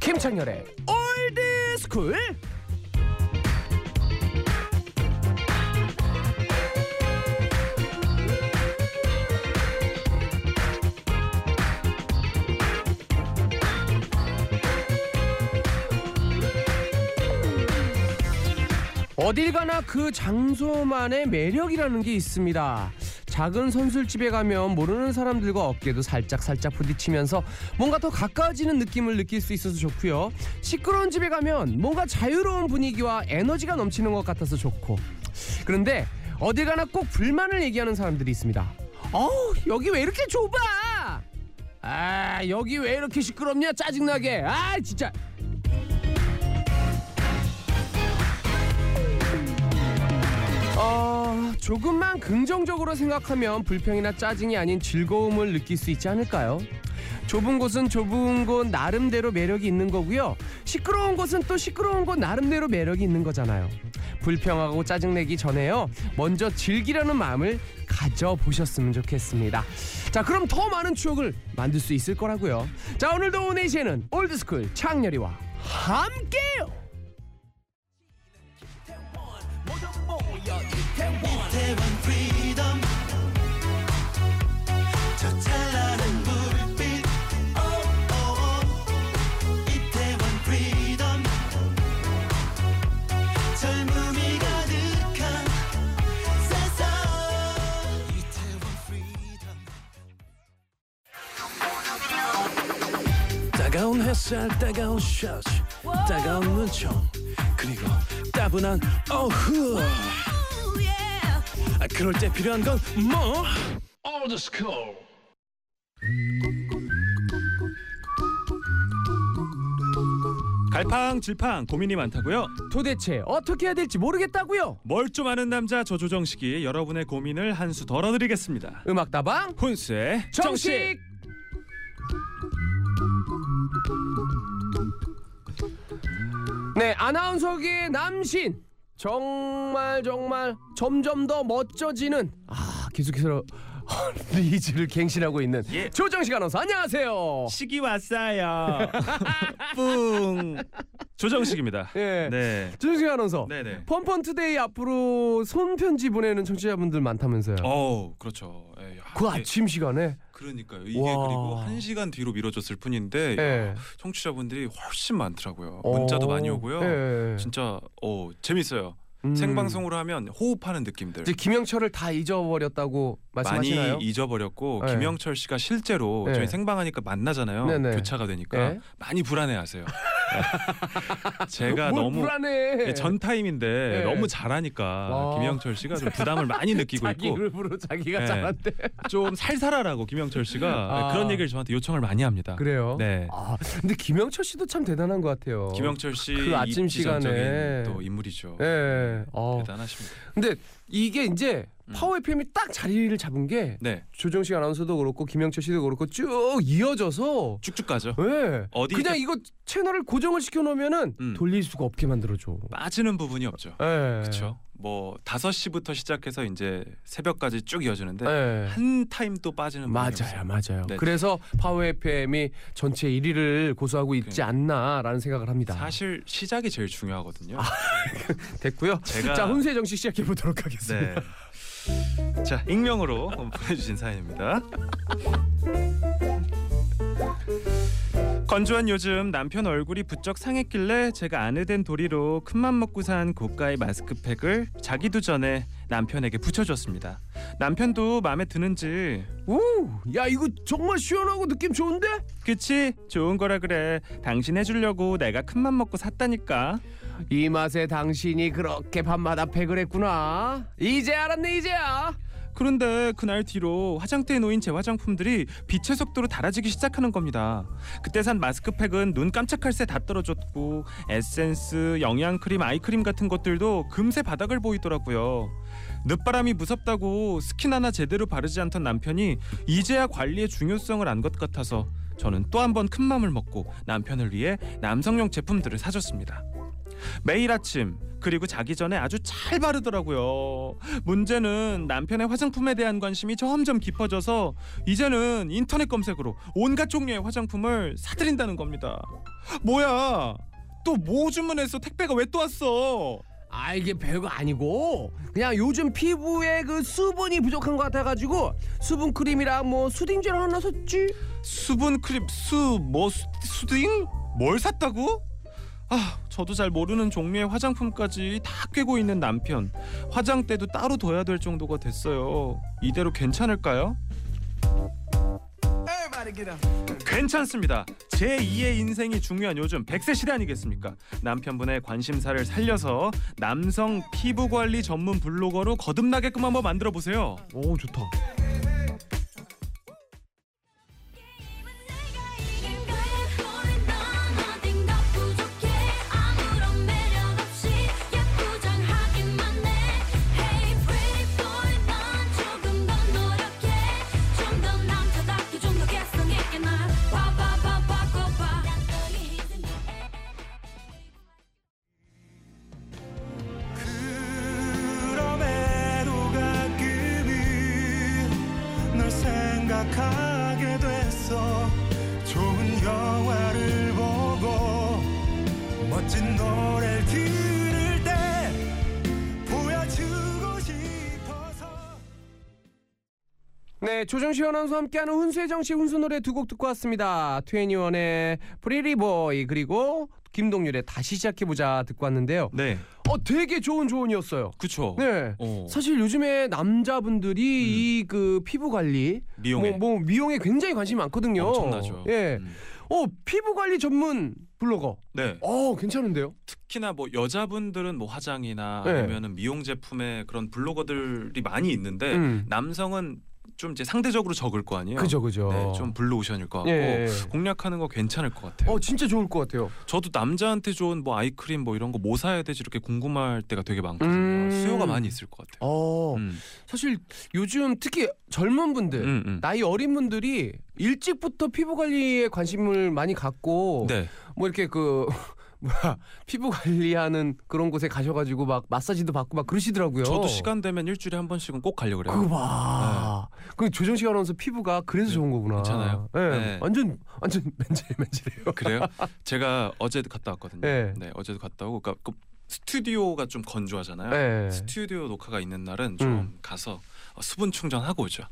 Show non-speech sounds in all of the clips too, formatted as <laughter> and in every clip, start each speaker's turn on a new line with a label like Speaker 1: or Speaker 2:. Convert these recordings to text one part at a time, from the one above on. Speaker 1: 김창렬의
Speaker 2: 올드 스쿨
Speaker 1: 어딜 가나 그 장소만의 매력이라는 게 있습니다. 작은 선술집에 가면 모르는 사람들과 어깨도 살짝살짝 부딪히면서 뭔가 더 가까워지는 느낌을 느낄 수 있어서 좋고요. 시끄러운 집에 가면 뭔가 자유로운 분위기와 에너지가 넘치는 것 같아서 좋고. 그런데 어딜 가나 꼭 불만을 얘기하는 사람들이 있습니다. 어우, 여기 왜 이렇게 좁아? 아, 여기 왜 이렇게 시끄럽냐? 짜증나게. 아, 진짜. 어, 조금만 긍정적으로 생각하면 불평이나 짜증이 아닌 즐거움을 느낄 수 있지 않을까요? 좁은 곳은 좁은 곳 나름대로 매력이 있는 거고요. 시끄러운 곳은 또 시끄러운 곳 나름대로 매력이 있는 거잖아요. 불평하고 짜증내기 전에요. 먼저 즐기려는 마음을 가져보셨으면 좋겠습니다. 자, 그럼 더 많은 추억을 만들 수 있을 거라고요. 자, 오늘도 오네시에는 올드스쿨 창렬이와 함께요.
Speaker 3: 이태원 프리덤 저 찬란한 불빛 오오오 이태원 프리덤 젊음이 가득한 세상 이태원 프리덤
Speaker 4: 따가운 햇살 따가운 셔츠 따가운 눈총 그리고 따분한 어후 아, 그럴 때 필요한 건뭐 올드 스쿨
Speaker 5: 갈팡질팡 고민이 많다고요?
Speaker 1: 도대체 어떻게 해야 될지 모르겠다고요.
Speaker 5: 뭘 좀 아는 남자 저조정식이 여러분의 고민을 한 수 덜어드리겠습니다.
Speaker 1: 음악다방
Speaker 5: 혼세
Speaker 1: 정식 네 아나운서계의 남신 정말 정말 점점 더 멋져지는 아 계속해서 <laughs> 리즈를 갱신하고 있는
Speaker 5: 예.
Speaker 1: 조정식 아나운서 안녕하세요
Speaker 5: 식이
Speaker 6: <laughs>
Speaker 5: 왔어요. 뿡 조정식입니다.
Speaker 1: 예.
Speaker 5: 네.
Speaker 1: 조정식 아나운서
Speaker 5: 네네.
Speaker 1: 펌펀투데이 앞으로 손편지 보내는 청취자분들 많다면서요
Speaker 6: 어, 그렇죠. 예, 야,
Speaker 1: 그
Speaker 6: 이게-
Speaker 1: 아침 시간에
Speaker 6: 그러니까요. 이게
Speaker 1: 와.
Speaker 6: 그리고 한 시간 뒤로 미뤄졌을 뿐인데
Speaker 1: 예.
Speaker 6: 청취자분들이 훨씬 많더라고요. 문자도
Speaker 1: 어,
Speaker 6: 많이 오고요.
Speaker 1: 예.
Speaker 6: 진짜 어 재밌어요.
Speaker 1: 음.
Speaker 6: 생방송으로 하면 호흡하는 느낌들
Speaker 1: 이제 김영철을 다 잊어버렸다고
Speaker 6: 네. 많이
Speaker 1: 말씀하시나요?
Speaker 6: 잊어버렸고
Speaker 1: 예.
Speaker 6: 김영철 씨가 실제로
Speaker 1: 예.
Speaker 6: 저희 생방하니까 만나잖아요.
Speaker 1: 네네.
Speaker 6: 교차가 되니까
Speaker 1: 예.
Speaker 6: 많이
Speaker 1: <laughs>
Speaker 6: 불안해하세요. 제가
Speaker 1: 뭘
Speaker 6: 너무
Speaker 1: 불안해.
Speaker 6: 예, 전 타임인데
Speaker 1: 예.
Speaker 6: 너무 잘하니까
Speaker 1: 와.
Speaker 6: 김영철 씨가
Speaker 1: <laughs>
Speaker 6: 좀 부담을 많이 느끼고 있고
Speaker 1: 자기를 부르 자기가
Speaker 6: 예. <laughs>
Speaker 1: 잘한대.
Speaker 6: 좀 살살하라고 김영철 씨가 네,
Speaker 1: 아.
Speaker 6: 그런 얘기를 저한테 요청을 많이 합니다.
Speaker 1: 그래요.
Speaker 6: 네.
Speaker 1: 아 근데 김영철 씨도 참 대단한 것 같아요.
Speaker 6: 김영철 씨
Speaker 1: 그 아침
Speaker 6: 입지전적인
Speaker 1: 시간에.
Speaker 6: 또 인물이죠.
Speaker 1: 예. 어.
Speaker 6: 대단하십니다.
Speaker 1: 근데 이게 이제
Speaker 6: 음.
Speaker 1: 파워 FM이 딱 자리를 잡은 게
Speaker 6: 네.
Speaker 1: 조정식 아나운서도 그렇고 김영철 씨도 그렇고 쭉 이어져서.
Speaker 6: 쭉쭉 가죠.
Speaker 1: 예.
Speaker 6: 어디
Speaker 1: 그냥
Speaker 6: 이제-
Speaker 1: 이거 채널을 고정을 시켜놓으면은
Speaker 6: 음.
Speaker 1: 돌릴 수가 없게 만들어줘.
Speaker 6: 빠지는 부분이 없죠.
Speaker 1: 예.
Speaker 6: 그렇죠. 뭐 5시부터 시작해서 이제 새벽까지 쭉 이어지는데
Speaker 1: 예.
Speaker 6: 한 타임 또 빠지는 부분이 없어요.
Speaker 1: 맞아요, 맞아요.
Speaker 6: 네.
Speaker 1: 그래서 파워 FM이 전체 1위를 고수하고 있지
Speaker 6: 그러니까.
Speaker 1: 않나라는 생각을 합니다.
Speaker 6: 사실 시작이 제일 중요하거든요.
Speaker 1: 됐고요.
Speaker 6: 제가-
Speaker 1: 자, 혼세 정식 시작해 보도록 하겠습니다.
Speaker 6: 네. 자, 익명으로 보내주신 사연입니다.
Speaker 5: 건조한 요즘 남편 얼굴이 부쩍 상했길래 제가 아내된 도리로 큰맘 먹고 산 고가의 마스크팩을 자기도 전에 남편에게 붙여줬습니다. 남편도 마음에 드는지
Speaker 1: 오, 야 이거 정말 시원하고 느낌 좋은데?
Speaker 5: 그치 좋은 거라 그래 당신 해주려고 내가 큰맘 먹고 샀다니까
Speaker 1: 이 맛에 당신이 그렇게 밤마다 팩을 했구나. 이제 알았네 이제야.
Speaker 5: 그런데 그날 뒤로 화장대에 놓인 제 화장품들이 빛의 속도로 닳아지기 시작하는 겁니다. 그때 산 마스크팩은 눈 깜짝할 새 다 떨어졌고 에센스, 영양크림, 아이크림 같은 것들도 금세 바닥을 보이더라고요. 늦바람이 무섭다고 스킨 하나 제대로 바르지 않던 남편이 이제야 관리의 중요성을 안 것 같아서 저는 또 한 번 큰 맘을 먹고 남편을 위해 남성용 제품들을 사줬습니다. 매일 아침 그리고 자기 전에 아주 잘 바르더라고요. 문제는 남편의 화장품에 대한 관심이 점점 깊어져서 이제는 인터넷 검색으로 온갖 종류의 화장품을 사들인다는 겁니다. 뭐야? 또 뭐 주문했어? 택배가 왜 또 왔어?
Speaker 1: 아 이게 별거 아니고 그냥 요즘 피부에 그 수분이 부족한 것 같아가지고 수분 크림이랑 뭐 수딩젤 하나 샀지.
Speaker 5: 수분 크림 수뭐 수딩? 뭘 샀다고? 아, 저도 잘 모르는 종류의 화장품까지 다 꿰고 있는 남편. 화장대도 따로 둬야 될 정도가 됐어요. 이대로 괜찮을까요? 괜찮습니다. 제 2의 인생이 중요한 요즘 100세 시대 아니겠습니까? 남편분의 관심사를 살려서 남성 피부 관리 전문 블로거로 거듭나게끔 한번 만들어 보세요.
Speaker 1: 오 좋다.
Speaker 7: 이긴 거야 우린 넌 어딘가 부족해 아무런 매력 없이 야구장하기만 해 Hey pretty boy 넌 조금 더 노력해 좀 더 남자답게 좀 더 개성 있게 날 봐봐봐 바꿔봐 난 너의 힘든
Speaker 3: 그럼에도 가끔은 널 생각하게 됐어 좋은 영화를 보고 멋진 노래를 들을 때 보여주고 싶어서
Speaker 1: 네 조정시 아나운서 함께하는 훈수의 정식 훈수 노래 두 곡 듣고 왔습니다. 트웬티원의 프리리보이 그리고 김동률의 다시 시작해보자 듣고 왔는데요.
Speaker 6: 네,
Speaker 1: 어 되게 좋은 조언이었어요.
Speaker 6: 그쵸.
Speaker 1: 네.
Speaker 6: 어,
Speaker 1: 사실 요즘에 남자분들이 이 그 피부 관리
Speaker 6: 음. 미용에
Speaker 1: 뭐, 뭐 미용에 굉장히 관심이 많거든요.
Speaker 6: 엄청나죠.
Speaker 1: 예.
Speaker 6: 음.
Speaker 1: 어 피부 관리 전문 블로거.
Speaker 6: 네,
Speaker 1: 어 괜찮은데요?
Speaker 6: 특히나 뭐 여자분들은 뭐 화장이나
Speaker 1: 네.
Speaker 6: 아니면은 미용 제품에 그런 블로거들이 많이 있는데
Speaker 1: 음.
Speaker 6: 남성은 좀 이제 상대적으로 적을 거 아니에요.
Speaker 1: 그죠 그죠.
Speaker 6: 네, 좀 블루오션일 것 같고
Speaker 1: 예.
Speaker 6: 공략하는 거 괜찮을 것 같아요.
Speaker 1: 어 진짜 좋을 것 같아요.
Speaker 6: 저도 남자한테 좋은 뭐 아이크림 뭐 이런 거 뭐 사야 되지 이렇게 궁금할 때가 되게 많거든요.
Speaker 1: 음.
Speaker 6: 수요가 많이 있을 것 같아요.
Speaker 1: 어 네.
Speaker 6: 음.
Speaker 1: 사실 요즘 특히 젊은 분들
Speaker 6: 음, 음.
Speaker 1: 나이 어린 분들이 일찍부터 피부 관리에 관심을 많이 갖고
Speaker 6: 네.
Speaker 1: 뭐 이렇게 그 <laughs> 뭐야 피부 관리하는 그런 곳에 가셔가지고 막 마사지도 받고 막 그러시더라고요.
Speaker 6: 저도 시간 되면 일주일에 한 번씩은 꼭 가려고 그래요.
Speaker 1: 그거 봐. 그 조정식 아나운서 피부가 그래서
Speaker 6: 네,
Speaker 1: 좋은 거구나.
Speaker 6: 괜찮아요?
Speaker 1: 예.
Speaker 6: 네.
Speaker 1: 완전 완전 맨질맨질해요.
Speaker 6: 그래요? 제가 어제도 갔다 왔거든요.
Speaker 1: 네.
Speaker 6: 네, 어제도 갔다 오고 그러니까 그 스튜디오가 좀 건조하잖아요.
Speaker 1: 예.
Speaker 6: 스튜디오 녹화가 있는 날은 좀
Speaker 1: 음.
Speaker 6: 가서 어, 수분
Speaker 1: <laughs>
Speaker 6: 충전하고 오죠.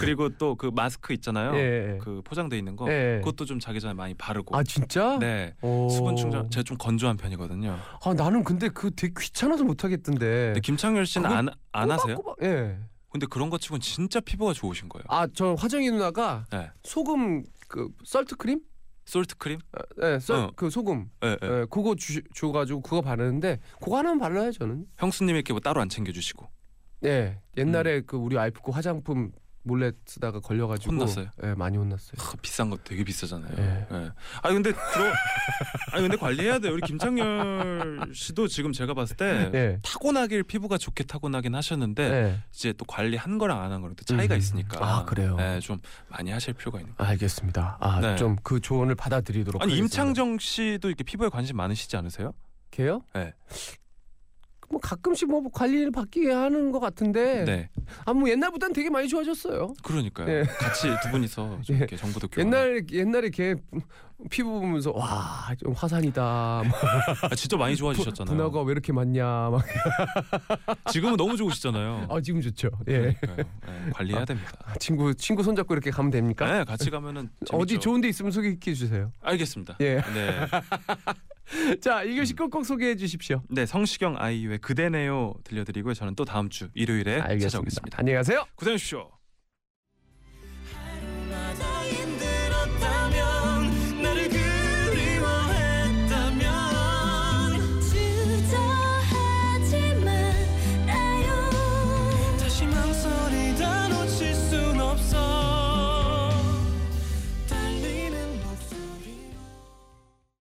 Speaker 6: 그리고 또 그 마스크 있잖아요.
Speaker 1: 예.
Speaker 6: 그 포장돼 있는 거
Speaker 1: 예.
Speaker 6: 그것도 좀 자기 전에 많이 바르고.
Speaker 1: 아 진짜?
Speaker 6: 네.
Speaker 1: 오.
Speaker 6: 수분 충전 제가 좀 건조한 편이거든요.
Speaker 1: 아 나는 근데 그 되게 귀찮아서 못 하겠던데.
Speaker 6: 근데 김창렬 씨는
Speaker 1: 그건
Speaker 6: 안 안 하세요?
Speaker 1: 꼬박꼬박- 예.
Speaker 6: 근데 그런 것 치고는 진짜 피부가 좋으신 거예요.
Speaker 1: 아저 화정이 누나가
Speaker 6: 네.
Speaker 1: 소금 그 썰트 크림?
Speaker 6: 솔트 크림?
Speaker 1: 예. 썰,
Speaker 6: 어.
Speaker 1: 그 소금.
Speaker 6: 예, 예.
Speaker 1: 예. 그거 주, 줘가지고 그거 바르는데 그거 하나만 발라요 저는.
Speaker 6: 형수님이 이렇게 뭐 따로 안 챙겨주시고
Speaker 1: 예. 옛날에 그 우리 와이프 거 화장품 몰래 쓰다가 걸려가지고
Speaker 6: 음. 혼났어요?
Speaker 1: 예, 많이 혼났어요.
Speaker 6: 크, 비싼 거 되게 비싸잖아요.
Speaker 1: 예.
Speaker 6: 예. 아니 근데 들어, 아니 근데 관리해야 돼요. 우리 김창렬 씨도 지금 제가 봤을 때
Speaker 1: 예.
Speaker 6: 타고나길 피부가 좋게 타고나긴 하셨는데
Speaker 1: 예.
Speaker 6: 이제 또 관리한 거랑 안 한 거랑 또 차이가
Speaker 1: 음.
Speaker 6: 있으니까.
Speaker 1: 아, 그래요?
Speaker 6: 예, 좀 많이 하실 필요가 있는.
Speaker 1: 알겠습니다. 아,
Speaker 6: 네.
Speaker 1: 좀 그 조언을 받아들이도록
Speaker 6: 아니
Speaker 1: 하겠습니다.
Speaker 6: 임창정 씨도 이렇게 피부에 관심 많으시지 않으세요?
Speaker 1: 걔요?
Speaker 6: 네.
Speaker 1: 뭐 가끔씩 뭐 관리를 받게 하는 것 같은데
Speaker 6: 네.
Speaker 1: 아 뭐 옛날보단 되게 많이 좋아졌어요.
Speaker 6: 그러니까요.
Speaker 1: 예.
Speaker 6: 같이 두
Speaker 1: <laughs>
Speaker 6: 분이서 좀
Speaker 1: 예.
Speaker 6: 이렇게 정보도 교환.
Speaker 1: 옛날 옛날에 걔 피부 보면서 와 좀 화산이다. 막
Speaker 6: 아, 진짜 많이 좋아지셨잖아요.
Speaker 1: 분화가 왜 이렇게 많냐. 막.
Speaker 6: 지금은 너무 좋으시잖아요.
Speaker 1: <laughs> 아 지금 좋죠. 예.
Speaker 6: 어. 그러니까요. 예, 관리해야 됩니다.
Speaker 1: 친구 친구 손잡고 이렇게 가면 됩니까?
Speaker 6: 네, 같이 가면은 재밌죠.
Speaker 1: 어디 좋은 데 있으면 소개해 주세요.
Speaker 6: 알겠습니다.
Speaker 1: 예.
Speaker 6: 네.
Speaker 1: 자,
Speaker 6: 음.
Speaker 1: 이교시 꼭꼭 소개해 주십시오.
Speaker 6: 네, 성시경 아이유의 그대네요 들려드리고요. 저는 또 다음 주 일요일에
Speaker 1: 알겠습니다.
Speaker 6: 찾아오겠습니다.
Speaker 1: 안녕히 가세요.
Speaker 6: 고생하십시오.